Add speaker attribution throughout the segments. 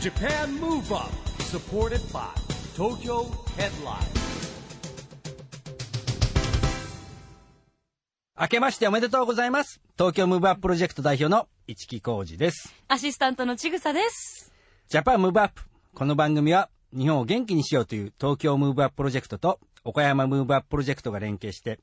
Speaker 1: JAPAN MOVE UP SUPPORTED BY TOKYO HEADLINE
Speaker 2: 明けましておめでとうございます。東京ムーブアッププロジェクト代表の市木浩二です。
Speaker 3: アシスタントのちぐさです。
Speaker 2: ジャパンムーブアップ。この番組は日本を元気にしようという東京ムーブアッププロジェクトと岡山ムーブアッププロジェクトが連携して、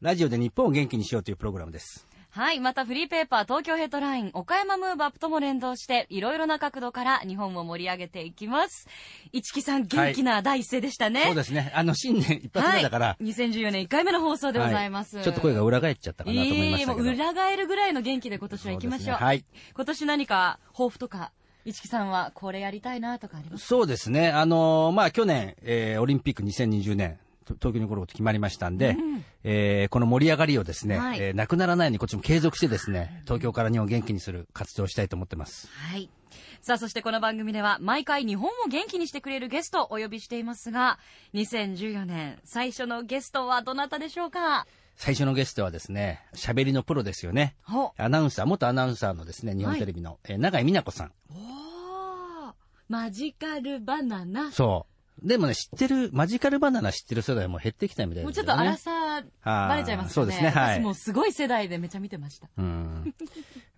Speaker 2: ラジオで日本を元気にしようというプログラムです。
Speaker 3: はい。またフリーペーパー東京ヘッドライン岡山ムーブアップとも連動して、いろいろな角度から日本を盛り上げていきます。市木さん、元気な第一声でしたね。
Speaker 2: そうですね。あの、新年一発
Speaker 3: は
Speaker 2: 目
Speaker 3: い。
Speaker 2: だから、
Speaker 3: 2014年1回目の放送でございます。
Speaker 2: はちょっと声が裏返っちゃったかなと思いましたけど。
Speaker 3: ええもう裏返るぐらいの元気で今年は行きまし
Speaker 2: そうで
Speaker 3: ょう。
Speaker 2: すねはい
Speaker 3: 今年何か抱負とか、市木さんはこれやりたいなとかあります
Speaker 2: そうですね、あのーまあ、去年、えーオリンピック2020年、と東京に来ること決まりましたんで、えーこの盛り上がりをですね、
Speaker 3: はい
Speaker 2: えーなくならないようにこっちも継続してですね、東京から日本を元気にする活動をしたいと思ってます。
Speaker 3: はい。さあ、そしてこの番組では毎回日本を元気にしてくれるゲストをお呼びしていますが、2014年最初のゲストはどなたでしょうか
Speaker 2: 最初のゲストはですね、喋りのプロですよね。
Speaker 3: ほ
Speaker 2: アナウンサー、元アナウンサーのですね、日本テレビの、えー永井美奈子さん。
Speaker 3: おーマジカルバナナ。
Speaker 2: そう。でもね、知ってる、マジカルバナナ知ってる世代はもう減ってきたみたい
Speaker 3: も
Speaker 2: で
Speaker 3: う
Speaker 2: す
Speaker 3: ちょ
Speaker 2: よ
Speaker 3: っ
Speaker 2: ね。
Speaker 3: と荒さ、
Speaker 2: あー
Speaker 3: バレちゃいますかね。
Speaker 2: そうですねはい
Speaker 3: 私もうすごい世代でめちゃ見てました。
Speaker 2: うん。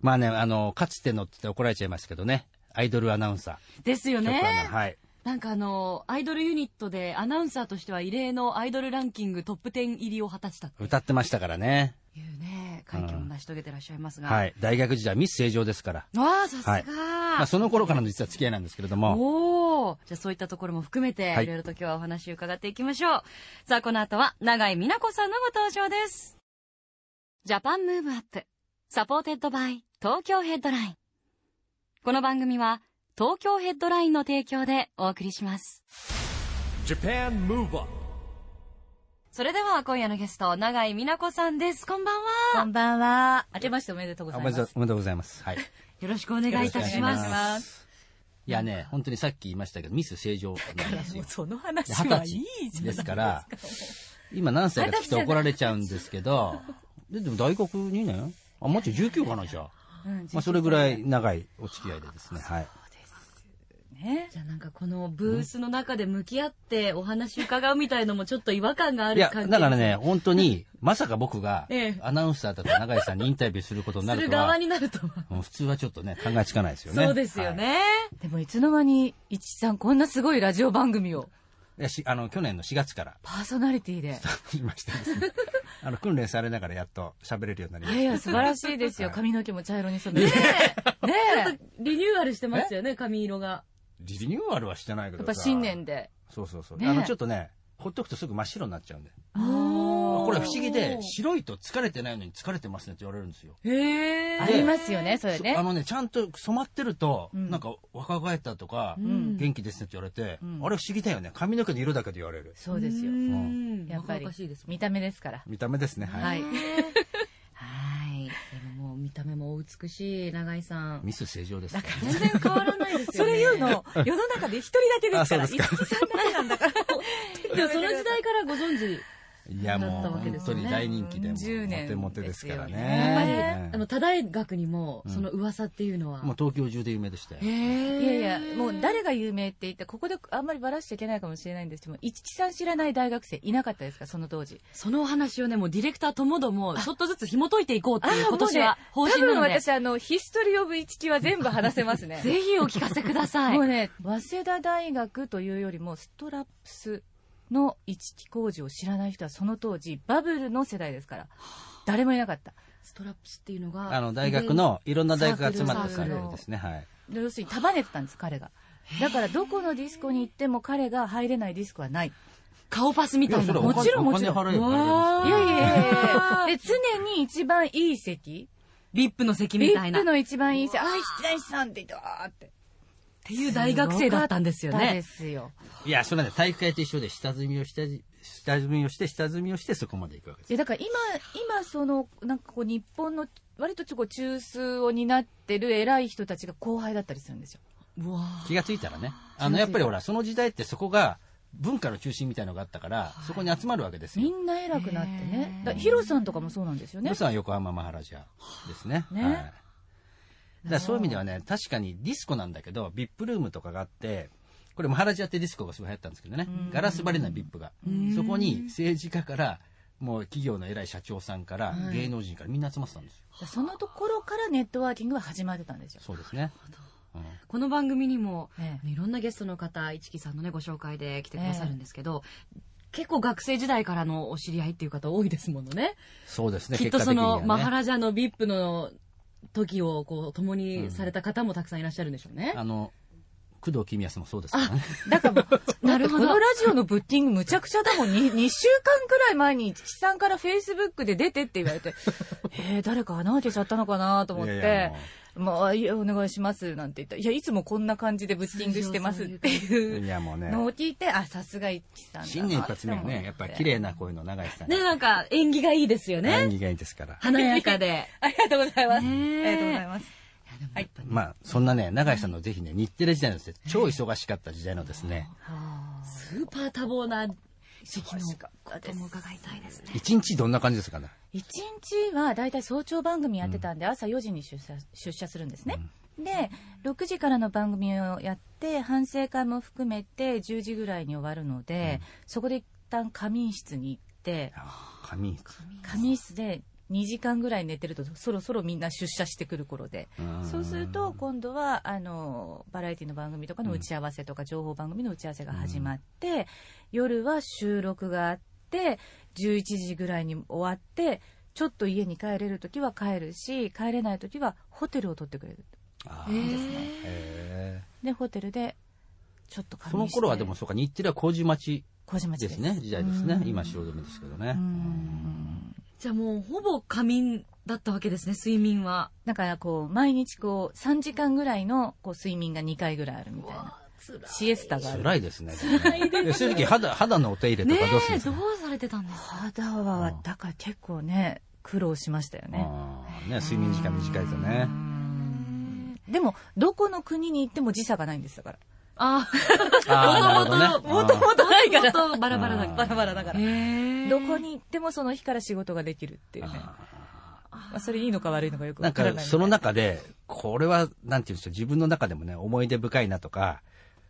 Speaker 2: まあね、あの、かつてのって言って怒られちゃいますけどね、アイドルアナウンサ
Speaker 3: ですよ
Speaker 2: ー。局アナ
Speaker 3: ね。
Speaker 2: はい。
Speaker 3: なんかあの、アイドルユニットでアナウンサーとしては異例のアイドルランキングトップ10入りを果たしたって
Speaker 2: 歌ってましたからね。
Speaker 3: いうね、快挙を成し遂げてらっしゃいますが。
Speaker 2: はい。大学時代ミス正常ですから。
Speaker 3: わあ、さすが、
Speaker 2: はいまあ、その頃からの実は付き合いなんですけれども。
Speaker 3: おお、じゃあそういったところも含めて、
Speaker 2: はい
Speaker 3: いろいろと今日はお話を伺っていきましょう。さあ、この後は、永井美奈子さんのご登場です。ジャパンムーブアップ、サポーテッドバイ、東京ヘッドライン。この番組は、東京ヘッドラインの提供でお送りします。
Speaker 1: JAPAN MOVE UP
Speaker 3: それでは、今夜のゲスト、永井美奈子さんです。こんばんは。
Speaker 4: こんばんは。
Speaker 3: 明けましておめでとうござ
Speaker 2: あ
Speaker 3: い
Speaker 2: お
Speaker 3: ま。
Speaker 2: めですとうお
Speaker 3: よ
Speaker 2: めでとうございます。はい。
Speaker 3: ろしくお願いいたしま
Speaker 2: よろしくお願いし
Speaker 3: す。
Speaker 2: すいやね、本当にさっき言いましたけど、ミス正常なんですよ。
Speaker 4: その話
Speaker 2: 二
Speaker 4: は
Speaker 2: 十
Speaker 4: いいじ
Speaker 2: 歳
Speaker 4: ゃん。
Speaker 2: ですから、今何歳か聞くと怒られちゃうんですけど、ででも大学2年あ、もうちょい19かな、じゃあ。まあ、それぐらい長いお付き合いでですね。はい。
Speaker 4: ね。
Speaker 3: じゃあなんかこのブースの中で向き合ってお話伺うみたいのもちょっと違和感があ
Speaker 2: い
Speaker 3: る
Speaker 2: や、
Speaker 3: 感じ
Speaker 2: だからね、本当に、まさか僕が
Speaker 3: ええ、
Speaker 2: アナウンサーだった永井さんにインタビューすることにな
Speaker 3: す
Speaker 2: る
Speaker 3: る
Speaker 2: とは
Speaker 3: 側、になるとは
Speaker 2: もう普通はちょっとね、考えつかないですよね。
Speaker 3: そうですよ
Speaker 2: はい
Speaker 3: ね、
Speaker 4: でもいつの間に、いちさんこんなすごいラジオ番組を
Speaker 2: いやしあの去年の4月から
Speaker 4: パーソナリティで。
Speaker 2: 始めましたですねあの訓練されながらやっと喋れるようになりま
Speaker 4: い
Speaker 2: し
Speaker 4: や
Speaker 2: た
Speaker 4: いや、素晴らしいです よ。
Speaker 2: はい
Speaker 4: 髪の毛も茶色に染めて。ねえ。
Speaker 3: リニューアルしてますよね髪色が
Speaker 2: リニューアルはしてないけ
Speaker 4: や
Speaker 2: ど
Speaker 4: っ
Speaker 2: さ
Speaker 4: ぱ新年で。
Speaker 2: そうそうそう、
Speaker 4: ね
Speaker 2: あのちょっとねほっとくとすぐ真っ白になっちゃうんで
Speaker 3: おー
Speaker 2: これ不思議で白いと疲れてないのに疲れてますねって言われるんですよ、
Speaker 3: へえ
Speaker 4: ありますよね、それね
Speaker 2: そあ。のねちゃんと染まってると、
Speaker 4: うん
Speaker 2: なんか若返ったとか、
Speaker 4: ん
Speaker 2: 元気ですねって言われて、
Speaker 4: うん
Speaker 2: あれ不思議だよね髪の毛の色だけで言われる
Speaker 4: そうですよ。
Speaker 3: ん
Speaker 4: やっぱ
Speaker 3: 若
Speaker 4: り
Speaker 3: 々しいです、もん
Speaker 4: 見た目ですから。
Speaker 2: 見た目ですねはい、
Speaker 4: はい。
Speaker 3: はいでももう見た目もお美しい永井さん
Speaker 2: ミス正常ですね
Speaker 3: 全然変わらないですよね
Speaker 4: 世の中で一人だけ
Speaker 2: ですからあそうですか
Speaker 4: さんだけなんだから。
Speaker 3: でもその時代からご存知
Speaker 2: いやもう
Speaker 3: だったわけで
Speaker 2: 本
Speaker 3: す
Speaker 2: 当
Speaker 3: よね
Speaker 2: に大人気でもう
Speaker 4: 10
Speaker 2: モ
Speaker 4: 年
Speaker 2: テモテですからね
Speaker 4: ですよ
Speaker 3: やっぱり、
Speaker 2: ね
Speaker 3: あの多大学にもその噂っていうのは、
Speaker 2: もう東京中で有名でしたよ
Speaker 4: い
Speaker 3: へ
Speaker 4: やいや、もう誰が有名って言って、ここであんまりばらしちゃいけないかもしれないんですけども、一木さん知らない大学生いなかったですか、その当時。
Speaker 3: そのお話をね、もうディレクターともども、ちょっとずつ紐解いていこうっていう今年は方
Speaker 4: もうね、多
Speaker 3: 針な
Speaker 4: 分
Speaker 3: ので、
Speaker 4: 私、あの、ヒストリーオブ一木は全部話せます ね。
Speaker 3: ぜひお聞かせください。
Speaker 4: もうね、早稲田大学というよりも、ストラップスの一木工事を知らない人は、その当時、バブルの世代ですから、誰もいなかった。
Speaker 3: ストラップスっていうのが、
Speaker 2: あの大学のいろんな大学が集まった
Speaker 3: サ
Speaker 2: サ
Speaker 3: ー
Speaker 2: ー
Speaker 3: ク
Speaker 2: ク
Speaker 3: ル
Speaker 2: ルですね。はい。
Speaker 4: で要するに束ねてたんです、彼が。だから、どこのディスコに行っても彼が入れないディスコはない。
Speaker 3: 顔パスみたいな。
Speaker 2: いやそれはお金
Speaker 3: もちろんもちろん。
Speaker 2: お金払えば入
Speaker 4: い
Speaker 2: れま
Speaker 4: やい
Speaker 2: す
Speaker 4: やいや
Speaker 3: わー
Speaker 4: いやで常に一番いい席
Speaker 3: リップの席
Speaker 4: リ
Speaker 3: みたい
Speaker 4: ッ
Speaker 3: な。
Speaker 4: プ
Speaker 3: っ
Speaker 4: の一番いい席ああ七大さんって言ってわーって
Speaker 3: ていう大学生だったんですよ
Speaker 4: だったで
Speaker 3: ね。
Speaker 4: すよ
Speaker 2: いや、それはね、体育会と一緒で下積みをして、下積みをして、下積みをして、そこまで行くわけです。
Speaker 4: いやだから今今そのなんかこう日本の割とちょこう中枢を担ってる偉い人たちが後輩だったりするんですよ
Speaker 3: うわー
Speaker 2: 気がついたらね。あの、やっぱりほら、その時代ってそこが文化の中心みたいのがあったから、そこに集まるわけです
Speaker 4: み
Speaker 2: よ。
Speaker 4: んな偉くなってねだからヒロさんとかもそうなんですよね
Speaker 2: 予算は横浜マハラジャですね。
Speaker 4: ね
Speaker 2: はいだからそういう意味ではね、確かにディスコなんだけど、ビップルームとかがあって、これマハラジャってディスコがすごい流行ったんですけどね
Speaker 4: うん、
Speaker 2: ガラス張りなビップが。
Speaker 5: うん
Speaker 2: そこに政治家から、もう企業の偉い社長さんから、
Speaker 4: はい
Speaker 2: 芸能人からみんな集まってたんですよ。
Speaker 4: そのところからネットワーキングは始まってたんですよ。
Speaker 2: そうですね。うん
Speaker 5: この番組にも、
Speaker 4: え
Speaker 5: いろんなゲストの方、市木さんのね、ご紹介で来てくださるんですけど、結構学生時代からのお知り合いっていう方多いですものね。
Speaker 2: そうですね、
Speaker 5: きっと
Speaker 2: 結果
Speaker 5: そ
Speaker 2: 的に
Speaker 5: の、マハ
Speaker 2: はね。
Speaker 5: ラジャの VIP の時をこう共にされた方もたくさんいらっしゃるんでしょうね。
Speaker 2: あの、工藤公康もそうですからね。
Speaker 4: えだからもう、
Speaker 5: なるほど
Speaker 4: このラジオのブッティングむちゃくちゃだもん。に 2, 週間くらい前に、父さんからフェイスブックで出てって言われて、えー、誰か穴開けちゃったのかなと思って、
Speaker 2: いやいやも
Speaker 4: もうあ、いや、お願いします、なんて言ったらいや、いつもこんな感じでブッティングしてますって
Speaker 2: うい
Speaker 4: いう
Speaker 2: やもうね、
Speaker 4: のを聞いて、あ、さすが一木さんだな
Speaker 2: 新年一発目はね、やっぱり綺麗な声の長井さん。
Speaker 5: ね、なんか演技がいいですよ
Speaker 2: 演
Speaker 5: ね。
Speaker 2: 技がいいですから。
Speaker 5: 華やかで。
Speaker 4: ありがとうございます。
Speaker 5: ねえ
Speaker 4: ありがとうございます。
Speaker 5: はい。
Speaker 2: まあ、そんなね、長井さんのぜひね、日テレ時代のですね、超忙しかった時代のですね、
Speaker 5: スーパー多忙な時期の
Speaker 4: 忙しかった
Speaker 5: ことも伺いたいですね。
Speaker 2: 一日どんな感じですかね。
Speaker 4: 1日はだいたい早朝番組やってたんで、朝4時に出社出社するんですね、で6時からの番組をやって反省会も含めて10時ぐらいに終わるので、そこで一旦仮眠室に行って
Speaker 2: 仮眠室。
Speaker 4: 仮眠室で2時間ぐらい寝てるとそろそろみんな出社してくる頃で
Speaker 2: ん
Speaker 4: そうすると今度はあのバラエティの番組とかの打ち合わせとか情報番組の打ち合わせが始まって、夜は収録があって11時ぐらいに終わってちょっと家に帰れる時は帰るし帰れない時はホテルを取ってくれる
Speaker 2: あ
Speaker 5: え
Speaker 2: ー
Speaker 5: ー
Speaker 2: へ
Speaker 4: でホテルでちょっと
Speaker 2: ー
Speaker 4: 仮
Speaker 2: その
Speaker 4: 眠して
Speaker 2: 頃はでもそうか、日テレは麹町
Speaker 4: 小島地
Speaker 2: ですね、時代ですね。今、汐留ですけどね。
Speaker 4: う
Speaker 2: うん
Speaker 4: ん
Speaker 5: じゃあもうほぼ仮眠だったわけですね、睡眠は。
Speaker 4: だからこう毎日こう3時間ぐらいのこう睡眠が2回ぐらいあるみたいなシエスタがある
Speaker 2: 辛いですね。辛いですね。正直、肌、肌のお手入れ
Speaker 5: ね
Speaker 2: とかどうするん
Speaker 5: え、
Speaker 2: です
Speaker 5: ど
Speaker 2: か
Speaker 5: うされてたんですか
Speaker 4: 肌は
Speaker 2: うん
Speaker 4: だから結構ね苦労しましたよね
Speaker 2: あーね、睡眠時間短いとね。
Speaker 4: でもどこの国に行っても時差がないんですだから
Speaker 5: あ
Speaker 2: あーな
Speaker 5: あ、
Speaker 2: る
Speaker 5: も
Speaker 2: ほ
Speaker 5: とも
Speaker 2: どね
Speaker 5: と、もとないから。もともとバラバラだ
Speaker 2: あ
Speaker 5: か
Speaker 2: ー
Speaker 5: ら。
Speaker 4: バラだか
Speaker 5: へー
Speaker 4: どこに行ってもその日から仕事ができるっていうねまあ、それいいのか悪いのかよく
Speaker 2: な
Speaker 4: わ
Speaker 2: ん
Speaker 4: からない
Speaker 2: か、
Speaker 4: みたい
Speaker 2: その中で、これは、なんていうんですか、自分の中でもね、思い出深いなとか、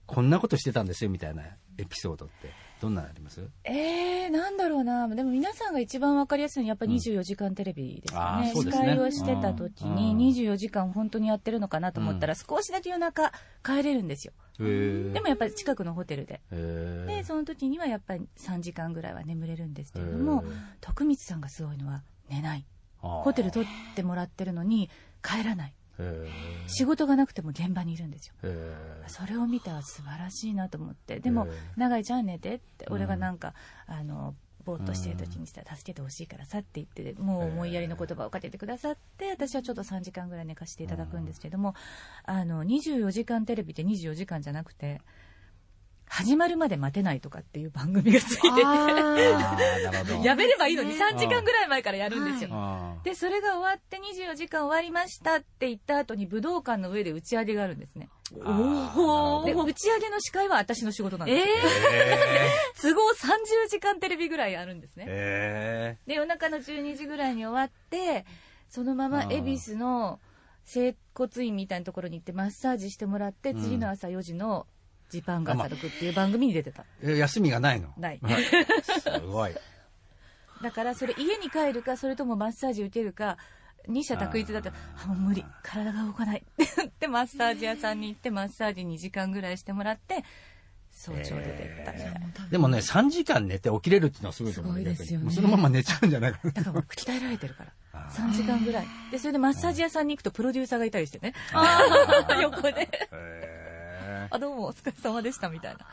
Speaker 2: こんなことしてたんですよ、みたいなエピソードって、どんなのあります
Speaker 4: えー、なんだろうなでも皆さんが一番わかりやすいのはやっぱり24時間テレビですよ
Speaker 2: あ
Speaker 4: ね,、
Speaker 2: ーそうです
Speaker 4: 司
Speaker 2: ね
Speaker 4: 会をしてた時
Speaker 2: う
Speaker 4: に
Speaker 2: ん
Speaker 4: 24時間本当にやってるのかなと思ったら
Speaker 2: う
Speaker 4: 少しだけ夜中帰れるんですよ
Speaker 2: へー
Speaker 4: でもやっぱり近くのホテルで
Speaker 2: へー
Speaker 4: でその時にはやっぱり3時間ぐらいは眠れるんですけれども
Speaker 2: へー
Speaker 4: 徳光さんがすごいのは寝ない
Speaker 2: あー
Speaker 4: ホテル取ってもらってるのに帰らない
Speaker 2: へー
Speaker 4: 仕事がなくても現場にいるんですよ
Speaker 2: へー
Speaker 4: それを見たら素晴らしいなと思ってでも
Speaker 2: へえ
Speaker 4: 「永井ちゃん寝て」って
Speaker 2: うん
Speaker 4: 俺がなんか、あのぼーっとしてる時にしたら助けてほしいからさって言ってもう思いやりの言葉をかけてくださって私はちょっと3時間ぐらい寝かしていただくんですけどもあの24時間テレビって24時間じゃなくて始まるまで待てないとかっていう番組がついて
Speaker 5: あ
Speaker 2: あーなるほ
Speaker 4: て
Speaker 2: ど。
Speaker 4: やめればいいのに
Speaker 5: ね
Speaker 4: 3時間ぐらい前からやるんですよ。
Speaker 2: あー
Speaker 4: でそれが終わって24時間終わりましたって言った後に武道館の上で打ち上げがあるんですね
Speaker 2: あー
Speaker 5: おー
Speaker 4: で
Speaker 2: なるほど
Speaker 4: 打ち上げの司会は私の仕事なん
Speaker 5: ーえ
Speaker 4: です
Speaker 5: ー
Speaker 2: へ
Speaker 4: よ、都合30時間テレビぐらいあるんです
Speaker 2: ー
Speaker 4: ね
Speaker 2: へ
Speaker 4: で夜中の12時ぐらいに終わってそのまま
Speaker 2: うん
Speaker 4: 恵比寿の整骨院みたいなところに行ってマッサージしてもらって、
Speaker 2: うん
Speaker 4: 次の朝4時の「ジパンが朝6」っていう番組に出てた
Speaker 2: ーえ休みがないの
Speaker 4: ない
Speaker 2: はいすご い。
Speaker 4: だからそれ家に帰るかそれともマッサージ受けるか二者択一だったらあもう無理体が動かないって言ってマッサージ屋さんに行ってマッサージ2時間ぐらいしてもらって早朝出てったみたいな、
Speaker 2: でもね、3時間寝て起きれるっていうのはすごいと思う。
Speaker 5: すごいですよね
Speaker 2: 逆にもうそのまま寝ちゃうんじゃないかな。
Speaker 4: だからもう鍛えられてるから
Speaker 2: あー
Speaker 4: 3時間ぐらいでそれでマッサージ屋さんに行くとプロデューサーがいたりしてね
Speaker 2: あー
Speaker 4: 横で
Speaker 2: へー
Speaker 4: あどうもお疲れ様でしたみたいな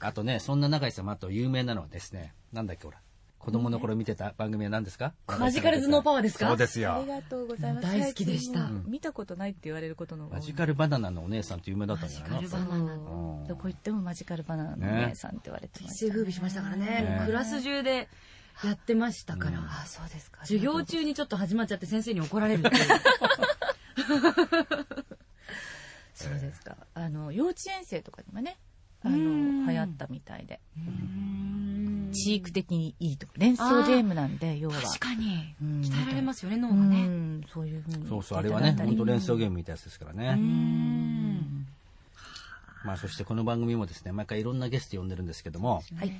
Speaker 2: あとね、そんな中井さんもあと有名なのはですね、なんだっけほら、子供の頃見てた番組は何ですか
Speaker 5: マジカル頭脳パワーですか
Speaker 2: そうです
Speaker 4: あ
Speaker 2: よ
Speaker 4: り。がとうございます
Speaker 5: 大好きでした
Speaker 4: 最近もう見たことないって言われることの多い
Speaker 2: マジカルバナナのお姉さんって有名だったんじゃないの
Speaker 5: マジカ
Speaker 4: そう
Speaker 5: ルバナナ
Speaker 2: うん
Speaker 4: どこ行ってもマジカルバナナのお姉さんって言われてま
Speaker 5: 一
Speaker 4: す
Speaker 5: 世風靡しましたからね
Speaker 2: ね。
Speaker 5: クラス中でやってましたから。
Speaker 4: あそうですか
Speaker 5: 授業中にちょっと始まっちゃって先生に怒られるっていう。
Speaker 4: そうですかあの幼稚園生とかにもねあ
Speaker 5: うん
Speaker 4: の流行ったみたいで 知育的にいいとか連想ゲームなんで要は
Speaker 5: 確かに
Speaker 4: うん
Speaker 5: 鍛えられますよね脳
Speaker 4: う
Speaker 5: がね
Speaker 4: んそういうふうにに
Speaker 2: そう
Speaker 4: 行って
Speaker 2: そう、あ
Speaker 4: い
Speaker 2: れは
Speaker 4: ただ
Speaker 2: ね、
Speaker 4: いたり
Speaker 2: 本当連想ゲームみたいなやつですから
Speaker 5: う
Speaker 2: ね。
Speaker 5: ん
Speaker 2: まあ、そしてこの番組もですね、毎回いろんなゲスト呼んでるんですけども、
Speaker 4: はい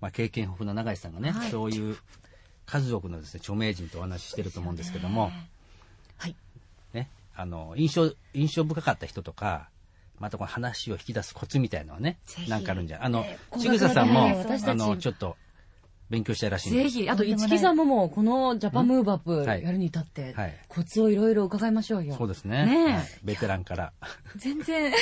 Speaker 2: まあ、経験豊富な永井さんがね、
Speaker 5: はい
Speaker 2: そういう数多くのですね、著名人とお話ししてると思うんですけども、
Speaker 4: はい
Speaker 2: ね、あの、印象、印象深かった人とか、またこの話を引き出すコツみたいのはね
Speaker 5: ぜ、ひ
Speaker 2: なんかあるんじゃないあの
Speaker 4: えー、
Speaker 2: ちぐささん
Speaker 5: 高
Speaker 2: も、
Speaker 5: 額な私
Speaker 2: あ
Speaker 5: たち
Speaker 2: の、ちょっと、勉強したいらしいんで
Speaker 5: ぜひ、あと、一木さんももう、このジャパンムーブアップ
Speaker 2: はい
Speaker 5: やるに至って
Speaker 2: はい、
Speaker 5: コツをいろいろ伺いましょうよ。
Speaker 2: そうですね。
Speaker 5: ねえ
Speaker 2: はいベテランから。
Speaker 5: 全然、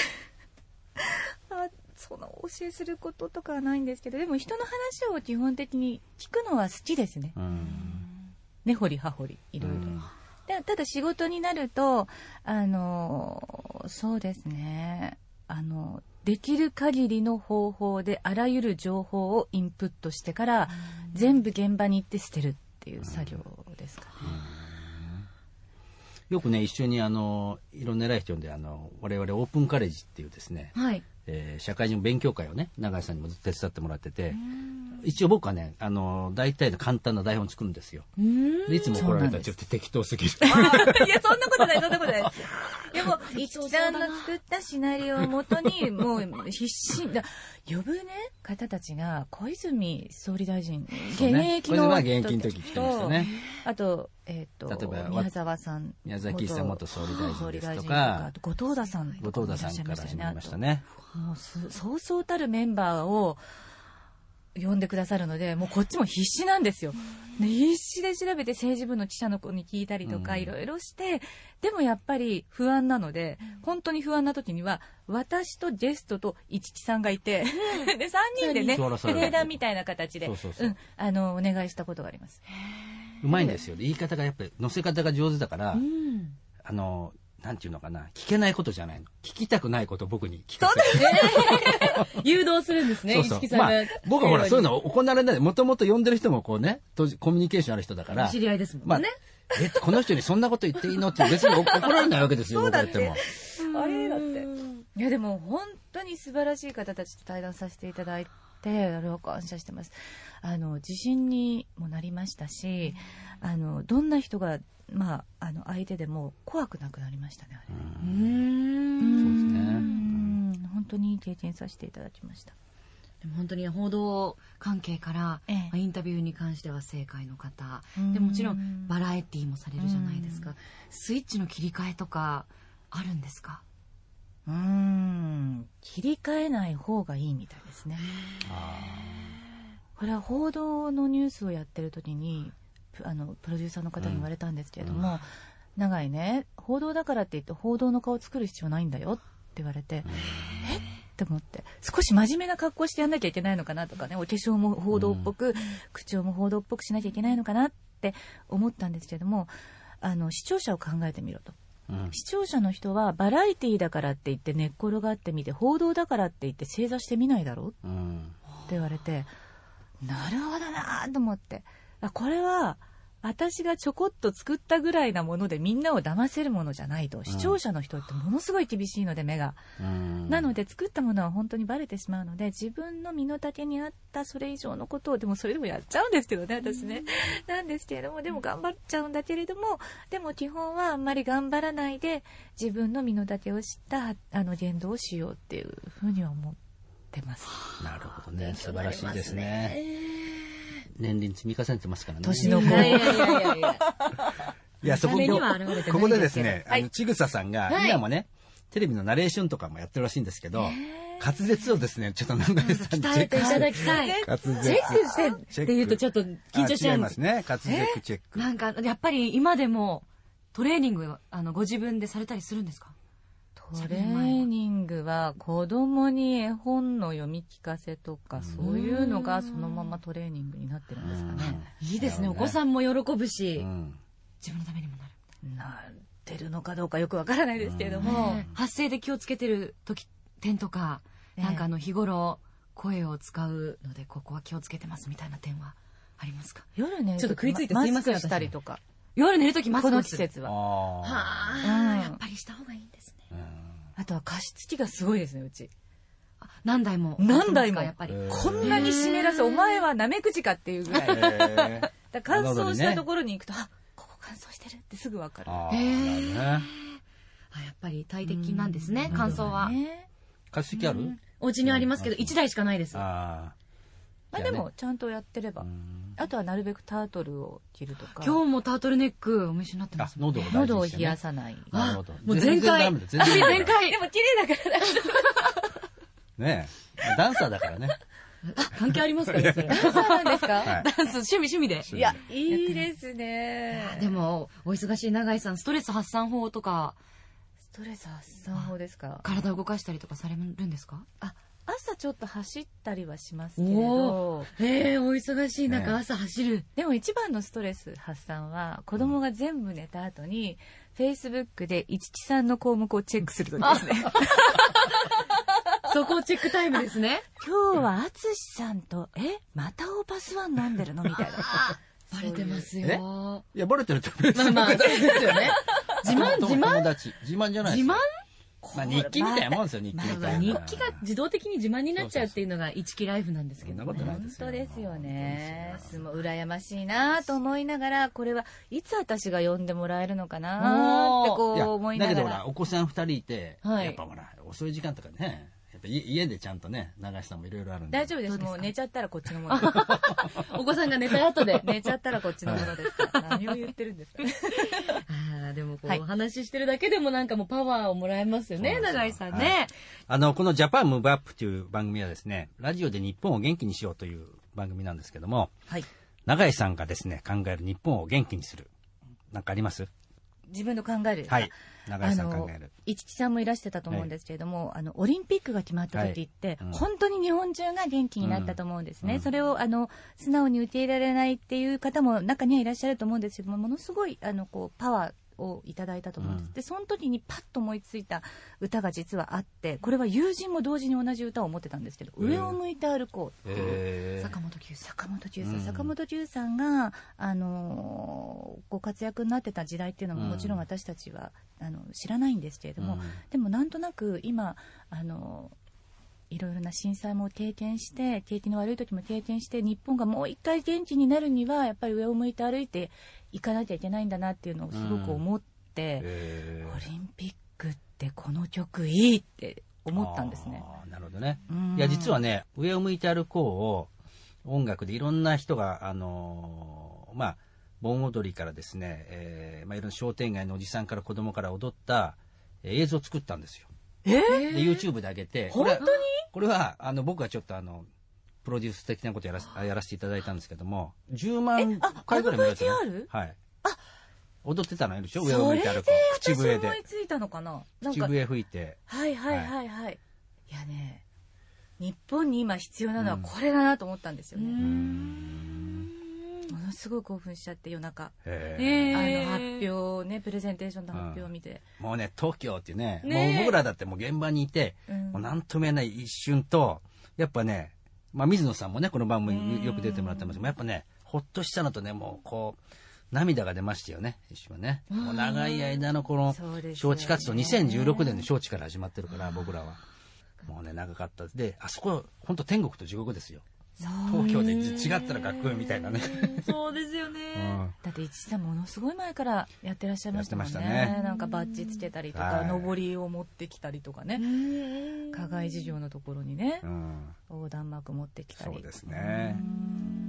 Speaker 4: あその教えすることとかはないんですけどでも人の話を基本的に聞くのは好きですね
Speaker 2: うん。
Speaker 4: 根掘り葉掘りいろいろ
Speaker 2: うん
Speaker 4: でただ仕事になるとあのそうですねあのできる限りの方法であらゆる情報をインプットしてから全部現場に行って捨てるっていう作業ですかね
Speaker 2: よくね、一緒にあの、いろんな偉い人呼んで、あの、我々オープンカレッジっていうですね、
Speaker 4: はい
Speaker 2: えー社会人勉強会をね、永井さんにもずっと手伝ってもらってて、一応僕はね、あの、大体の簡単な台本作るんですよ。でいつも怒られたらちょっと適 当すぎる。
Speaker 4: いや、そんなことない、そんなことない。でも、一木さんの作ったシナリオをもとに、もう必死にだ、呼ぶね、方たちが、小泉総理大臣、現
Speaker 2: そうね
Speaker 4: 役の
Speaker 2: 小
Speaker 4: 人た
Speaker 2: 泉は
Speaker 4: ち
Speaker 2: 現役の時来てましたね
Speaker 4: とあと、えっ、
Speaker 2: 例えば
Speaker 4: と、宮沢さん。
Speaker 2: 宮沢貴一さん元総理大臣ですとか
Speaker 4: 総理大あと後藤田さんと
Speaker 2: 後
Speaker 4: も
Speaker 2: 藤田
Speaker 4: い
Speaker 2: さ
Speaker 4: らっし
Speaker 2: ん
Speaker 4: ゃい
Speaker 2: から始
Speaker 4: よ
Speaker 2: まりました
Speaker 4: ね
Speaker 2: ね。
Speaker 4: あともうす、そうそうたるメンバーを、呼んでくださるので、もうこっちも必死なんですよ。で必死で調べて政治部の記者の子に聞いたりと
Speaker 2: う
Speaker 4: か
Speaker 2: ん
Speaker 4: いろいろして、でもやっぱり不安なので、本当に不安な時には、私とゲストと一木さんがいて、で、3人でね、
Speaker 2: 座らされる
Speaker 4: 定談みたいな形で、
Speaker 2: そうそうそう
Speaker 4: うん、あの、お願いしたことがあります。
Speaker 2: うまいんですよ。言い方がやっぱり、乗せ方が上手だから、あの、なんていうのかな、聞けないことじゃないの。聞きたくないことを僕に聞かせる。
Speaker 3: 誘導するんですね、
Speaker 2: そう
Speaker 3: 一
Speaker 2: そう
Speaker 3: 木。さん
Speaker 2: ま
Speaker 3: が
Speaker 2: あ。、僕はほら、そういうの行われない。もともと呼んでる人もこうね、当時コミュニケーションある人だから。
Speaker 3: 知り合いですもんね
Speaker 2: まあ、えっと、この人にそんなこと言っていいのって別に怒怒られないわけですよ、僕やっても。
Speaker 4: あれだって。いやでも本当に素晴らしい方たちと対談させていただいて、あれは感謝してます。あの、自信にもなりましたし、あの、どんな人が、まあ、あの、相手でも怖くなくなりましたね、あれ。
Speaker 3: うん
Speaker 2: そうですね
Speaker 4: うん本当にいい経験させていただきました。
Speaker 3: でも本当に報道関係から、
Speaker 4: ええ
Speaker 3: まあインタビューに関しては正解の方
Speaker 4: うん
Speaker 3: でもちろんバラエティーもされるじゃないですかスイッチの切り替えとかあるんですか
Speaker 4: うん、切り替えない方がいいみたいですね。これは報道のニュースをやってる時にプあのプロデューサーの方に言われたんですけれども、長いね報道だからって言って報道の顔作る必要ないんだよって言われて、えって思って少し真面目な格好してやんなきゃいけないのかなとかねお化粧も報道っぽく、口調も報道っぽくしなきゃいけないのかなって思ったんですけれどもあの視聴者を考えてみろと。
Speaker 2: うん
Speaker 4: 視聴者の人はバラエティーだからって言って寝っ転がってみて報道だからって言って正座してみないだろう
Speaker 2: うん。
Speaker 4: って言われてなるほどなと思ってあこれは私がちょこっと作ったぐらいなものでみんなを騙せるものじゃないと視聴者の人ってものすごい厳しいので目が、
Speaker 2: うん
Speaker 4: なので作ったものは本当にバレてしまうので自分の身の丈に合ったそれ以上のことをでもそれでもやっちゃうんですけどね私ね、なんですけれどもでも頑張っちゃうんだけれどもでも基本はあんまり頑張らないで自分の身の丈を知ったあの言動をしようっていうふうには思ってます。
Speaker 2: なるほどね。素晴らしいですね。年輪積み重ねてますからね。
Speaker 4: 年の
Speaker 3: いやいやいやいや
Speaker 2: いや、そこ
Speaker 3: 見た目には現れてないですけど
Speaker 2: ここでですね、あ
Speaker 3: は
Speaker 2: の、ちぐささんが、
Speaker 3: はい
Speaker 2: 今もね、テレビのナレーションとかもやってるらしいんですけど、滑舌をですね、ちょっと長井さんにチ
Speaker 3: 鍛
Speaker 2: ェッ
Speaker 3: え
Speaker 2: ク
Speaker 3: てい
Speaker 2: して
Speaker 3: ただきたい
Speaker 2: 滑舌。
Speaker 3: チェックしてって言うとちょっと緊張しちゃ
Speaker 2: あ違
Speaker 3: う
Speaker 2: い
Speaker 3: ん
Speaker 2: ま
Speaker 3: ですす
Speaker 2: ね。滑舌チェック。
Speaker 3: なんかやっぱり今でもトレーニングあのご自分でされたりするんですか
Speaker 4: トレーニングは子供に絵本の読み聞かせとかそういうのがそのままトレーニングになってるんですかね。
Speaker 3: いいですねお子さんも喜ぶし
Speaker 2: うん。
Speaker 3: 自分のためにもなる
Speaker 4: なってるのかどうかよくわからないですけれども、
Speaker 3: 発声で気をつけてる時点とか、
Speaker 4: ええ
Speaker 3: なんかあの日頃声を使うのでここは気をつけてますみたいな点はありますか
Speaker 4: 夜ね
Speaker 3: ちょっと食いついて
Speaker 4: ます
Speaker 3: いません
Speaker 4: マスクしたりとか
Speaker 3: 夜寝る時マスク
Speaker 4: こ
Speaker 3: を
Speaker 4: の季
Speaker 3: する
Speaker 4: 節は
Speaker 2: あ
Speaker 3: はあ、
Speaker 4: うん
Speaker 3: やっぱりした方がいいんですね
Speaker 2: あ。うん
Speaker 4: あとは加湿器がすごいですねうち
Speaker 3: あ何台も
Speaker 4: 何台も
Speaker 3: やっぱり、
Speaker 2: え
Speaker 4: こんなに湿らせお前はなめくじかっていうぐらい
Speaker 2: へー
Speaker 4: だから乾燥したところに行くと、あここ乾燥してるってすぐわかる。
Speaker 2: ああ、
Speaker 3: へえ
Speaker 2: なるね。
Speaker 3: あやっぱり大敵なんですね、感想は、
Speaker 4: ね
Speaker 2: 加湿器ある、
Speaker 4: うん
Speaker 3: お家にありますけど
Speaker 2: うん
Speaker 3: 1台しかないです
Speaker 2: あ
Speaker 4: まあでも、ちゃんとやってれ
Speaker 2: あ、う
Speaker 4: ば。
Speaker 2: ん
Speaker 4: あとはなるべくタートルを着るとか。
Speaker 3: 今日もタートルネックお召しになってま
Speaker 2: あ
Speaker 3: す、もん
Speaker 2: 喉を
Speaker 3: ね
Speaker 2: 大事にして、ね、
Speaker 4: 喉を冷やさない。
Speaker 2: なるほど。
Speaker 3: もう全開
Speaker 2: ダメだ全然ダメだ。
Speaker 3: 全開
Speaker 4: も綺麗だから。
Speaker 2: ねえ。ダンサーだからね。
Speaker 3: あ関係ありますかねそれ
Speaker 4: そうなんですか、
Speaker 2: はい
Speaker 3: ダンス趣味趣味で
Speaker 2: い
Speaker 4: い、や、いいですね。
Speaker 3: でもお忙しい永井さんストレス発散法とか
Speaker 4: ストレス発散法ですか
Speaker 3: 体を動かしたりとかされるんですか
Speaker 4: 朝ちょっと走ったりはしますけれど、
Speaker 3: ええお忙しい
Speaker 2: ね
Speaker 3: 中朝走る、
Speaker 4: でも一番のストレス発散は、子供が全部寝た後に、Facebook で一木さんの項目をチェックするときですね。
Speaker 3: そこチェックタイムです ね
Speaker 4: 今日は淳さんと、えまたオーパスワン飲んでるのみたいな。
Speaker 3: バレてますよ
Speaker 2: え
Speaker 3: ま
Speaker 2: いや、バレてるって別
Speaker 3: あ
Speaker 2: に。
Speaker 3: まあそうですよね自慢自慢
Speaker 2: 友達。自慢じゃない
Speaker 3: 自
Speaker 2: ですよ
Speaker 3: 慢
Speaker 2: まあ、日記みたいなもんですよ、日記みたい
Speaker 3: まあ
Speaker 2: な。
Speaker 3: 日記が自動的に自慢になっちゃうっていうのが一期ライフなんですけ
Speaker 2: そん
Speaker 3: ど
Speaker 2: なことない
Speaker 4: 本
Speaker 2: ですよ。
Speaker 4: 当ですよね。すごい羨ましいなと思いながら、これはいつ私が呼んでもらえるのかなってこ
Speaker 2: いうや
Speaker 4: 思いな
Speaker 2: だ
Speaker 4: が
Speaker 2: けどほ
Speaker 4: ら
Speaker 2: ら、。お子さん二人いて、
Speaker 4: はい
Speaker 2: やっぱほら、遅い時間とかね、やっぱ家家でちゃんとね、流しさんもいろいろあるんで。
Speaker 4: 大丈夫です
Speaker 3: どうです
Speaker 4: も
Speaker 3: か
Speaker 4: う寝ちゃったらこっちのもの
Speaker 3: お子さんが寝た後 で
Speaker 4: 寝ちゃったらこっちのものですから何を言ってるんですか
Speaker 3: あーでもこう、
Speaker 4: はい
Speaker 3: お話ししてるだけでもなんかもうパワーをもらえますよね
Speaker 2: そうですよ
Speaker 3: 永井さんね、
Speaker 2: あの、このジャパンムーブアップという番組はですね、ラジオで日本を元気にしようという番組なんですけども、
Speaker 4: はい
Speaker 2: 永井さんがですね、考える日本を元気にする。なんかあります
Speaker 4: 自分の考えるですか
Speaker 2: はい。永井
Speaker 4: あ
Speaker 2: さん考
Speaker 4: の
Speaker 2: える。
Speaker 4: 一木さんもいらしてたと思うんですけれども、あのオリンピックが決まった時って、
Speaker 2: はいうん
Speaker 4: 本当に日本中が元気になったと思うんですね、
Speaker 2: うん
Speaker 4: それをあの素直に受け入れられないっていう方も中にはいらっしゃると思うんですけども、ものすごいあのこうパワーをいただいたと思うんです、
Speaker 2: うん
Speaker 4: でその時にパッと思いついた歌が実はあって、これは友人も同時に同じ歌を持ってたんですけど、
Speaker 2: へえ
Speaker 4: 上を向いて歩こうっていう。
Speaker 2: え
Speaker 3: 坂本九さん
Speaker 4: 坂本九さん、
Speaker 2: うん
Speaker 4: 坂本九さんが、あのーご活躍になってた時代っていうのも
Speaker 2: うん
Speaker 4: もちろん私たちは、あの知らないんですけれども、でもなんとなく今あのいろいろな震災も経験して景気の悪い時も経験して日本がもう一回元気になるにはやっぱり上を向いて歩いていかなきゃいけないんだなっていうのをすごく思って、
Speaker 2: え
Speaker 4: オリンピックってこの曲いいって思ったんですね。
Speaker 2: あーなるほどね。
Speaker 4: うん
Speaker 2: いや、実はね、上を向いて歩こうを音楽でいろんな人が、あのーまあ、盆踊りからですね、えーまあ、いろんな商店街のおじさんから子供から踊ったえー映像を作ったんですよ。
Speaker 3: え
Speaker 2: で、YouTube で上げて、これはこれは、あの、僕はちょっとあの、プロデュース的なことやらせやらせていただいたんですけども、10万
Speaker 4: あ
Speaker 2: 回ぐらい見られて
Speaker 4: あの VTR？
Speaker 2: はい。踊ってたのいるでしょ
Speaker 4: そ
Speaker 2: 上を向い
Speaker 4: れ
Speaker 2: て
Speaker 4: で
Speaker 2: 歩こう。
Speaker 4: 私
Speaker 2: 口
Speaker 4: 思
Speaker 2: 笛
Speaker 4: い
Speaker 2: で。
Speaker 4: ついたのかななん
Speaker 2: 口
Speaker 4: か
Speaker 2: 笛吹いて。
Speaker 4: はいはいはいはい、い、やね日本に今必要なのはこれだなと思ったんですよね、ものすごい興奮しちゃって夜中、
Speaker 2: え
Speaker 3: え
Speaker 4: あの発表をねプレゼンテーションの
Speaker 2: うん
Speaker 4: 発表を見て、
Speaker 2: もうね、東京っていうね、
Speaker 3: ねえ
Speaker 2: もう僕らだってもう現場にいて、
Speaker 4: うん
Speaker 2: もうなんとも言えない一瞬と、やっぱね、まあ水野さんもね、この番組
Speaker 4: うん
Speaker 2: によく出てもらってますけど、やっぱね、ほっとしたのとね、もうこう、涙が出ましたよね、一瞬はね。もう長い間のこの
Speaker 4: そうですよね
Speaker 2: 招致活動、2016年の招致から始まってるから、僕らは。もうね、長かった。で、あそこ、本当天国と地獄ですよ。東京で違ったらかっこいいみたいなね。
Speaker 3: そうですよね、
Speaker 2: うん
Speaker 4: だって一時さんものすごい前からやってらっしゃいましたもんね
Speaker 2: やってましたね
Speaker 4: なんかバッジつけたりとか、
Speaker 2: はい
Speaker 4: のぼりを持ってきたりとかね、課外事業のところにね、
Speaker 2: うん
Speaker 4: 横断幕持ってきたり
Speaker 2: そうですね。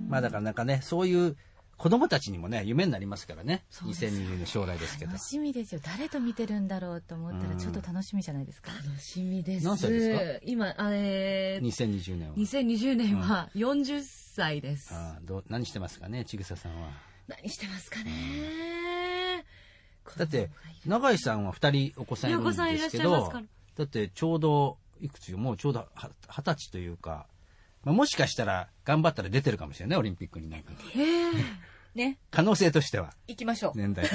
Speaker 2: まあだからなんかね、そういう子供たちにもね、夢になりますからね。2020年将来ですけど
Speaker 4: 楽。しみですよ誰と見てるんだろうと思ったらちょっと楽しみじゃないですか、
Speaker 3: 楽しみです
Speaker 2: 何歳です
Speaker 3: か今あえー
Speaker 2: 2020年は。
Speaker 3: 2020年は40歳です、
Speaker 2: ああどう何してますかね、ちぐささんは。
Speaker 3: 何してますかね
Speaker 2: だって、永井さんは2人お子さんいるんですけ
Speaker 3: いやお子さんいらっしゃいます
Speaker 2: ど
Speaker 3: から、
Speaker 2: だってちょうど、いくつよ、もうちょうどは二十歳というか、まあ、もしかしたら頑張ったら出てるかもしれないね、オリンピックになんか。
Speaker 3: えー、
Speaker 4: ね
Speaker 2: 可能性としては、
Speaker 4: 行きましょう
Speaker 2: 年代。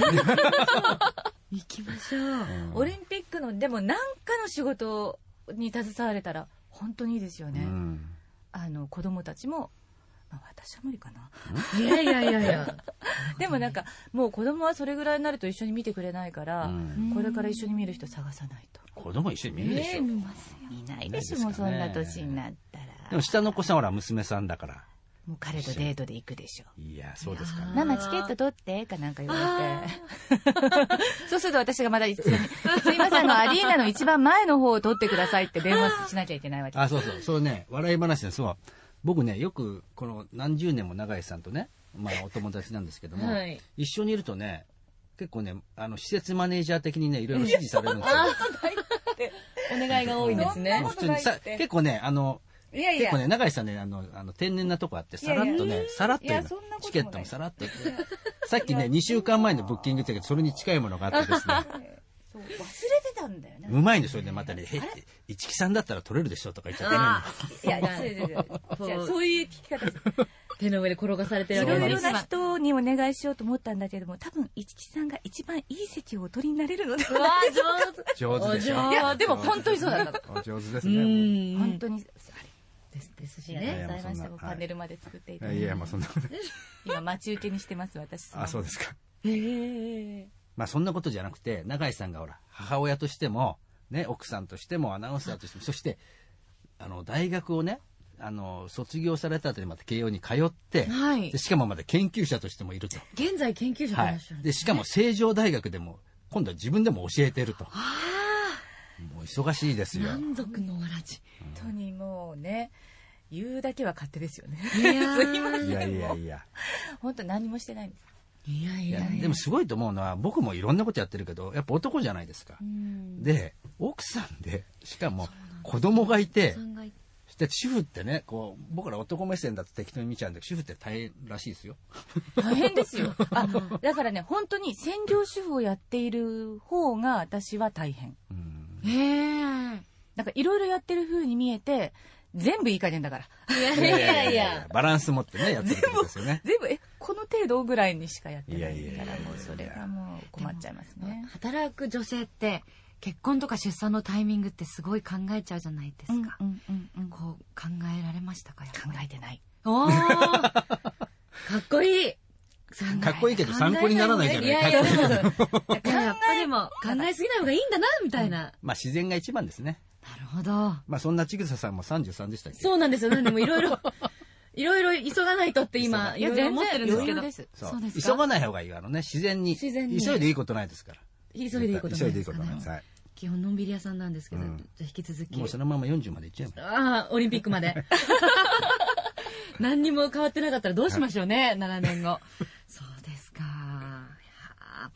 Speaker 3: 行きましょう、
Speaker 2: うん
Speaker 4: オリンピックのでも何かの仕事に携われたら本当にいいですよ
Speaker 2: う
Speaker 4: ね、
Speaker 2: ん
Speaker 4: あの子供たちも、まあ私は無理かない
Speaker 3: やいやいやいや
Speaker 4: でもなんかもう子供はそれぐらいになると一緒に見てくれないから、
Speaker 2: うん
Speaker 4: これから一緒に見る人探さないと
Speaker 2: 子供一緒に 見るでしょ。
Speaker 4: いない
Speaker 2: で
Speaker 4: で
Speaker 2: し
Speaker 4: し
Speaker 2: ょ
Speaker 4: ょ
Speaker 2: も
Speaker 4: も
Speaker 2: う
Speaker 4: う
Speaker 2: そ
Speaker 4: そ
Speaker 2: ん
Speaker 4: ん
Speaker 2: な
Speaker 4: な
Speaker 2: 年
Speaker 4: 年
Speaker 2: に
Speaker 4: に
Speaker 2: な
Speaker 4: なった
Speaker 2: でも
Speaker 4: ら
Speaker 2: 下のお子さんはほら娘さんだから、
Speaker 4: もう彼とデートで行くでしょ
Speaker 2: いや、そうですか
Speaker 3: いや
Speaker 2: ね。
Speaker 3: ー
Speaker 4: ママチケット取ってかなんか言わ
Speaker 5: あ
Speaker 4: れてそうすると私がまだ一緒に「すいませんあのアリーナの一番前の方を取ってください」って電話しなきゃいけないわけ
Speaker 2: あ、そうそう、そうね、笑い話ですわ。僕ね、よく、この何十年も永井さんとね、まあ、お友達なんですけども、
Speaker 4: はい
Speaker 2: 一緒にいるとね、結構ね、あの、施設マネージャー的にね、いろいろ指示されるんですよ。
Speaker 5: お願いが多いですね
Speaker 2: もう普通にさ、結構ね、あの、
Speaker 4: いやい
Speaker 2: 結
Speaker 4: や
Speaker 2: 構ね、永井さんね、あの、あの天然なとこあって、さらっと
Speaker 4: いや
Speaker 2: ね、さらっと言う
Speaker 4: いやそんな
Speaker 2: の
Speaker 4: こともない
Speaker 2: チケットもさらっと言ってさっきね、2週間前のブッキングって言ったけど、それに近いものがあってです ね、
Speaker 4: そう忘れてたんだよね
Speaker 2: うまいんですよね、またね、へって、一木さんだったら取れるでしょとか言っちゃってね。
Speaker 4: いや違う違う違う違うそういう聞き方
Speaker 3: 手の上で転がされてる
Speaker 4: い
Speaker 3: わけ
Speaker 4: ろ
Speaker 3: で
Speaker 4: い
Speaker 3: す
Speaker 4: ろ
Speaker 3: 一番
Speaker 4: な人にお願いしようと思ったんだけども多分一木さんが一番いい席をお取りになれるのでは
Speaker 3: わあ上手
Speaker 2: 上手でしょ
Speaker 3: いや
Speaker 4: でも本当にそうだった
Speaker 2: お上手です
Speaker 3: う
Speaker 2: ね
Speaker 3: ん
Speaker 4: 本当に
Speaker 3: ですですし
Speaker 4: ありがとう
Speaker 3: ね
Speaker 4: ございまし
Speaker 2: い
Speaker 4: た
Speaker 2: やいやもうそんな
Speaker 4: パネルまで作っていた
Speaker 2: も
Speaker 4: だ
Speaker 2: う。
Speaker 4: い
Speaker 2: い
Speaker 4: て
Speaker 2: や、まあそんなことない
Speaker 4: 今待ち受けにしてます私
Speaker 2: あ、そうですか。
Speaker 3: へえ
Speaker 2: まあそんなことじゃなくて、永井さんがほら、母親としても、ね、奥さんとしても、アナウンサーとしても、そして、あの、大学をね、あの、卒業された後にまた慶応に通って、
Speaker 3: はい
Speaker 2: でしかもまだ研究者としてもいると。
Speaker 3: 現在研究者でい
Speaker 2: は
Speaker 3: らっ
Speaker 2: い
Speaker 3: しゃる。ん
Speaker 2: で、
Speaker 3: です
Speaker 2: しかも成城大学でも、今度は自分でも教えてると。もう忙しいですよ。
Speaker 3: 満足のわらじ
Speaker 4: 本当にもうね言うだけは勝手ですよね
Speaker 3: いや
Speaker 4: すいません
Speaker 2: いやいやいや。
Speaker 4: 本当何もしてないんです
Speaker 3: いやい
Speaker 2: いや
Speaker 3: やいや
Speaker 2: でもすごいと思うのは僕もいろんなことやってるけどやっぱ男じゃないですか、で奥さんでしかも子供がいて
Speaker 3: さんがい
Speaker 2: そして主婦ってねこう僕ら男目線だと適当に見ちゃうんだけど主婦って大変らしいですよ
Speaker 4: 大変です よあだからね本当に専業主婦をやっている方が私は大変
Speaker 2: うん
Speaker 3: へえ
Speaker 4: なんかいろいろやってる風に見えて全部いい加減だから
Speaker 3: いやいやいやいや
Speaker 2: バランス持ってねやってるってことですよね
Speaker 4: 全部えこの程度ぐらいにしかやってないから
Speaker 2: いやいやいやいや
Speaker 4: もうそれがもう困っちゃいますね
Speaker 3: 働く女性って結婚とか出産のタイミングってすごい考えちゃうじゃないですか、
Speaker 4: うんうんうんうん考
Speaker 3: こう考えられましたかやっぱり
Speaker 4: えてない
Speaker 3: おーかっこいい
Speaker 2: かっこいいけど参考にならないじゃない
Speaker 3: やい
Speaker 2: か
Speaker 3: や
Speaker 2: っこいい
Speaker 3: でもやっぱでも考えすぎない方がいいんだなみたいな、
Speaker 2: まあ自然が一番ですね
Speaker 3: なるほど
Speaker 2: まあそんなちぐささんも33でしたっけ
Speaker 3: そうなんですよなんでもいろい ろいろいろ急がないとって今
Speaker 2: 急がない
Speaker 3: ろいろ思ってるんですけど
Speaker 4: 余裕です
Speaker 2: そう
Speaker 3: そうですか
Speaker 2: 急がない方がいいわあのね自然に
Speaker 3: 自然に
Speaker 2: 急いでいいことないですから
Speaker 3: 急いでいいこと
Speaker 2: 急
Speaker 3: ない
Speaker 2: いでい
Speaker 3: で
Speaker 2: いこ
Speaker 3: すか
Speaker 2: と
Speaker 3: ね
Speaker 2: ないですはい
Speaker 3: 基本のんびり屋さんなんですけど、
Speaker 2: うん
Speaker 3: じゃあ引き続き
Speaker 2: もうそのまま40までいっちゃえば
Speaker 3: ああ、オリンピックま で。何にも変わってなかったらどうしましょうね、7年後。 そうですか。いや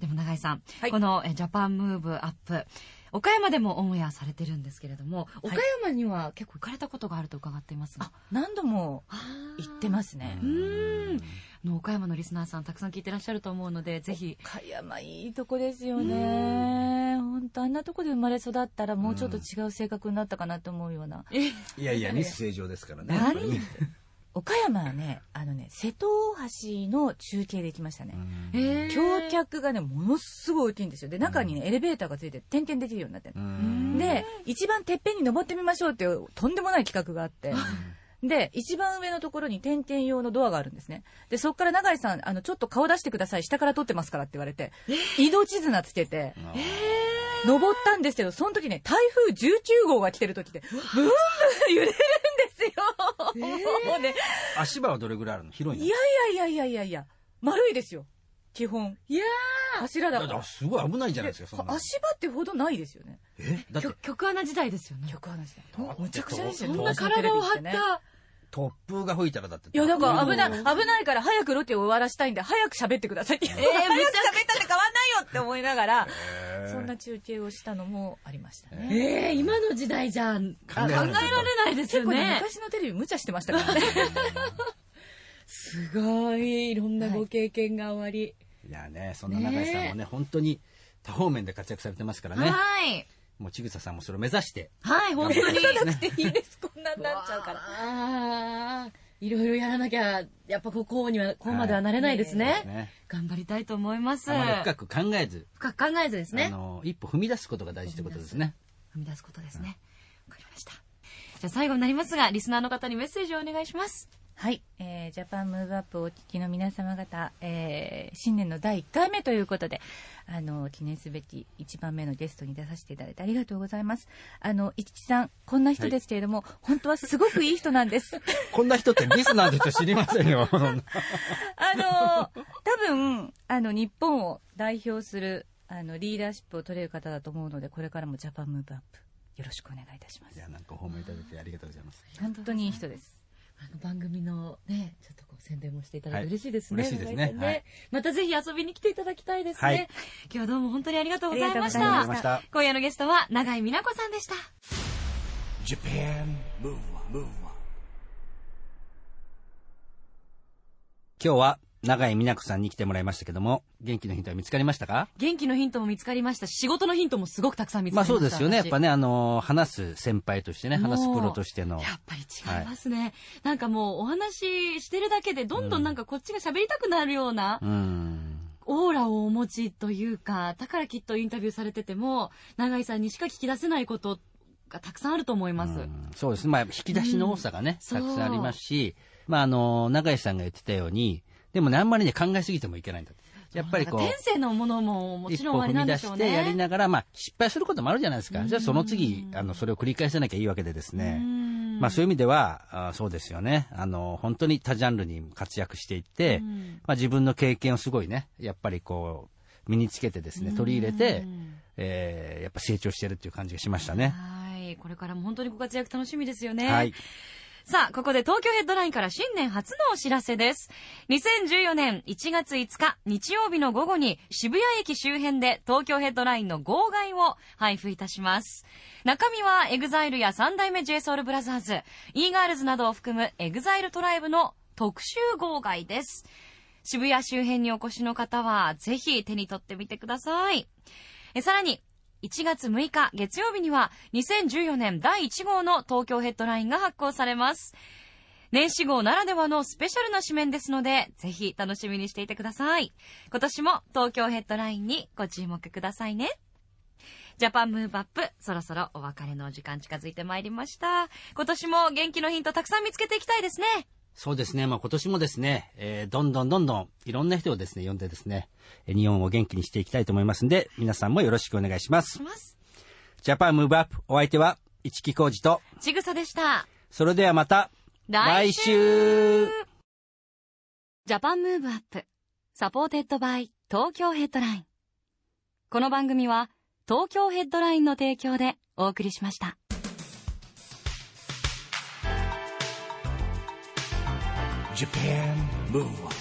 Speaker 3: ーでも永井さん、
Speaker 4: はい
Speaker 3: このえジャパンムーブアップ、岡山でもオンエアされてるんですけれども、岡山には結構行かれたことがあると伺っていますが。
Speaker 4: 何度も行ってますね、
Speaker 3: うーん。あの岡山のリスナーさんたくさん聞いてらっしゃると思うので、ぜひ。
Speaker 4: 岡山いいとこですよね本当あんなとこで生まれ育ったらもうちょっと違う性格になったかなと思うような、
Speaker 2: いやいやミス正常ですからね
Speaker 4: 何
Speaker 2: これね
Speaker 4: 岡山はねあのね瀬戸大橋の中継で行きましたね、
Speaker 2: うん
Speaker 3: え
Speaker 4: 橋脚がねものすごい大きいんですよで中にね、エレベーターがついて点検できるようになってる
Speaker 2: う
Speaker 4: の、
Speaker 2: ん
Speaker 4: で一番てっぺんに登ってみましょうっていうとんでもない企画があってで一番上のところに点検用のドアがあるんですねでそこから永井さんあのちょっと顔出してください下から撮ってますからって言われて移動地図なつけて
Speaker 2: あ
Speaker 4: 登ったんですけど、その時ね、台風19号が来てる時で、ブンブン揺れるんですよ、もうね、
Speaker 2: ー足場はどれぐらいあるの広いの
Speaker 4: いやいやいやいやいやいや、丸いですよ、基本。
Speaker 3: いや
Speaker 4: 柱だ
Speaker 2: だ
Speaker 4: か
Speaker 2: から
Speaker 4: ら。
Speaker 2: すごい危ないじゃないですかそんなの
Speaker 4: 足場ってほどないですよね。
Speaker 2: えだって
Speaker 3: ー曲曲穴時代ですよね
Speaker 4: よ。く話だ
Speaker 2: だっ。て
Speaker 4: むちゃくちゃです
Speaker 3: そ
Speaker 4: よ、
Speaker 3: んな体を張った、
Speaker 2: 突風が吹いたらだって
Speaker 4: いや、だから危ない、
Speaker 2: うん
Speaker 4: 危ないから早くロケを終わらしたいんで、早く喋ってくださいって。 早く喋ったって変わんないよって思いながら、そんな中継をしたのもありましたね。
Speaker 3: ええ今の時代じゃん
Speaker 2: 考
Speaker 3: 考
Speaker 2: えら
Speaker 3: え
Speaker 2: れな
Speaker 3: ら
Speaker 2: い
Speaker 3: れないです
Speaker 4: 結
Speaker 3: よ
Speaker 4: 構ね、
Speaker 3: ね。
Speaker 4: 昔のテレビ無茶してましたからね。
Speaker 3: すごい、いろんなご経験が終わり。
Speaker 2: いやねそんな永井さんもね本当に多方面で活躍されてますからね
Speaker 3: はい。
Speaker 2: もうちぐささんもそれを目指して
Speaker 3: はい、本当に。
Speaker 2: ね
Speaker 4: いい です、こんなんなっちゃうから。
Speaker 3: あーいろいろやらなきゃ、やっぱここには、こうまではなれないですね。
Speaker 2: ね
Speaker 3: 頑張りたいと思います。
Speaker 2: あまり深
Speaker 3: 深
Speaker 2: く考えず
Speaker 3: く考えずです
Speaker 2: あ
Speaker 3: ね。
Speaker 2: の一歩踏み出すことが大事ってことですね
Speaker 3: 踏み出すことですね。わかりました。じゃあ最後になりますが、リスナーの方にメッセージをお願いします。
Speaker 4: はい、えージャパンムーブアップをお聞きの皆様方、えー新年の第1回目ということで、あの、記念すべき1番目のゲストに出させていただいてありがとうございます。あの、一木さん、こんな人ですけれども、本当はすごくいい人なん です。
Speaker 2: こんな人ってリスナーの人知りませんよ。
Speaker 4: あの、多分、あの、日本を代表する、あの、リーダーシップを取れる方だと思うので、これからもジャパンムーブアップ、よろしくお願いいたしま
Speaker 2: い
Speaker 4: す
Speaker 2: や、。なんかお褒めいただいてありがとうございます。
Speaker 4: 本当にいい人です。
Speaker 3: あの番組のね、ちょっとこう宣伝もしていただい
Speaker 2: は
Speaker 3: て
Speaker 2: い
Speaker 3: 嬉しいですね。
Speaker 2: 嬉しいですね
Speaker 3: なんか
Speaker 2: はい
Speaker 3: またぜひ遊びに来ていただきたいですね。
Speaker 2: はい
Speaker 3: 今日はどうも本当にありがとうございまし
Speaker 2: ありがとうござ
Speaker 3: た
Speaker 2: い。ました。
Speaker 3: 今夜のゲストは永井美奈子さんでした。
Speaker 1: Japan Move Up, Move Up.
Speaker 2: 今日は永井美奈子さんに来てもらいましたけども、元気のヒントは見つかりましたか
Speaker 3: 元気のヒントも見つかりましたし、仕事のヒントもすごくたくさん見つかり
Speaker 2: まあ
Speaker 3: ました。
Speaker 2: そうですよね。やっぱ
Speaker 3: ね。
Speaker 2: ね、あの、話す先輩としてね、話すプロとしての。
Speaker 3: やっぱり違いますね、なんかもうお話ししてるだけで、どんどんなんかこっちが喋りたくなるような
Speaker 2: うん。
Speaker 3: オーラをお持ちというか、だからきっとインタビューされてても、永井さんにしか聞き出せないことがたくさんあると思います。
Speaker 2: うんそうですね。まあ、引き出しの多さがね、
Speaker 3: うん
Speaker 2: たくさんありますし、まあ、あの、永井さんが言ってたように、でもね、あんまりね、考えすぎてもいけないんだってやっぱりこ
Speaker 3: なんか
Speaker 2: う、
Speaker 3: 天性のものももち
Speaker 2: 一
Speaker 3: ろ
Speaker 2: 歩
Speaker 3: んあ
Speaker 2: 踏
Speaker 3: りな
Speaker 2: み
Speaker 3: んで
Speaker 2: 出
Speaker 3: しょ
Speaker 2: し
Speaker 3: う
Speaker 2: て
Speaker 3: ね。
Speaker 2: やりながら、まあ、失敗することもあるじゃないですか。じゃあ、その次、あの、それを繰り返さなきゃいいわけでですね。
Speaker 3: うん
Speaker 2: まあ、そういう意味では、あそうですよね。あの、本当に多ジャンルに活躍していって、
Speaker 3: うん
Speaker 2: まあ、自分の経験をすごいね、やっぱりこう、身につけてですね、取り入れて、
Speaker 3: うん
Speaker 2: えーやっぱ成長してるっていう感じがしましたね。
Speaker 3: はい。これからも本当にご活躍楽しみですよね。
Speaker 2: はい。
Speaker 3: さあ、ここで東京ヘッドラインから新年初のお知らせです。2014年1月5日日曜日の午後に渋谷駅周辺で東京ヘッドラインの号外を配布いたします。中身はエグザイルや三代目 JSOULBROTHERS、e-girls などを含むエグザイルトライブの特集号外です。渋谷周辺にお越しの方はぜひ手に取ってみてください。えさらに、1月6日月曜日には2014年第1号の東京ヘッドラインが発行されます。年始号ならではのスペシャルな紙面ですので、ぜひ楽しみにしていてください。今年も東京ヘッドラインにご注目くださいね。ジャパンムーブアップ、そろそろお別れのお時間近づいてまいりました。今年も元気のヒントたくさん見つけていきたいですね。
Speaker 2: そうですね。まあ、今年もですね、えーどんどんどんどん、いろんな人をですね、呼んでですね、えー日本を元気にしていきたいと思いますんで、皆さんもよろしくお願いします
Speaker 3: し。ます。
Speaker 2: ジャパンムーブアップ、お相手は、市木浩二と、
Speaker 3: ちぐさでした。
Speaker 2: それではまた、来週
Speaker 5: ジャパンムーブアップサポーテッドバイ東京ヘッドラインこの番組は東京ヘッドラインの提供でお送りしました
Speaker 1: Japan Move Up.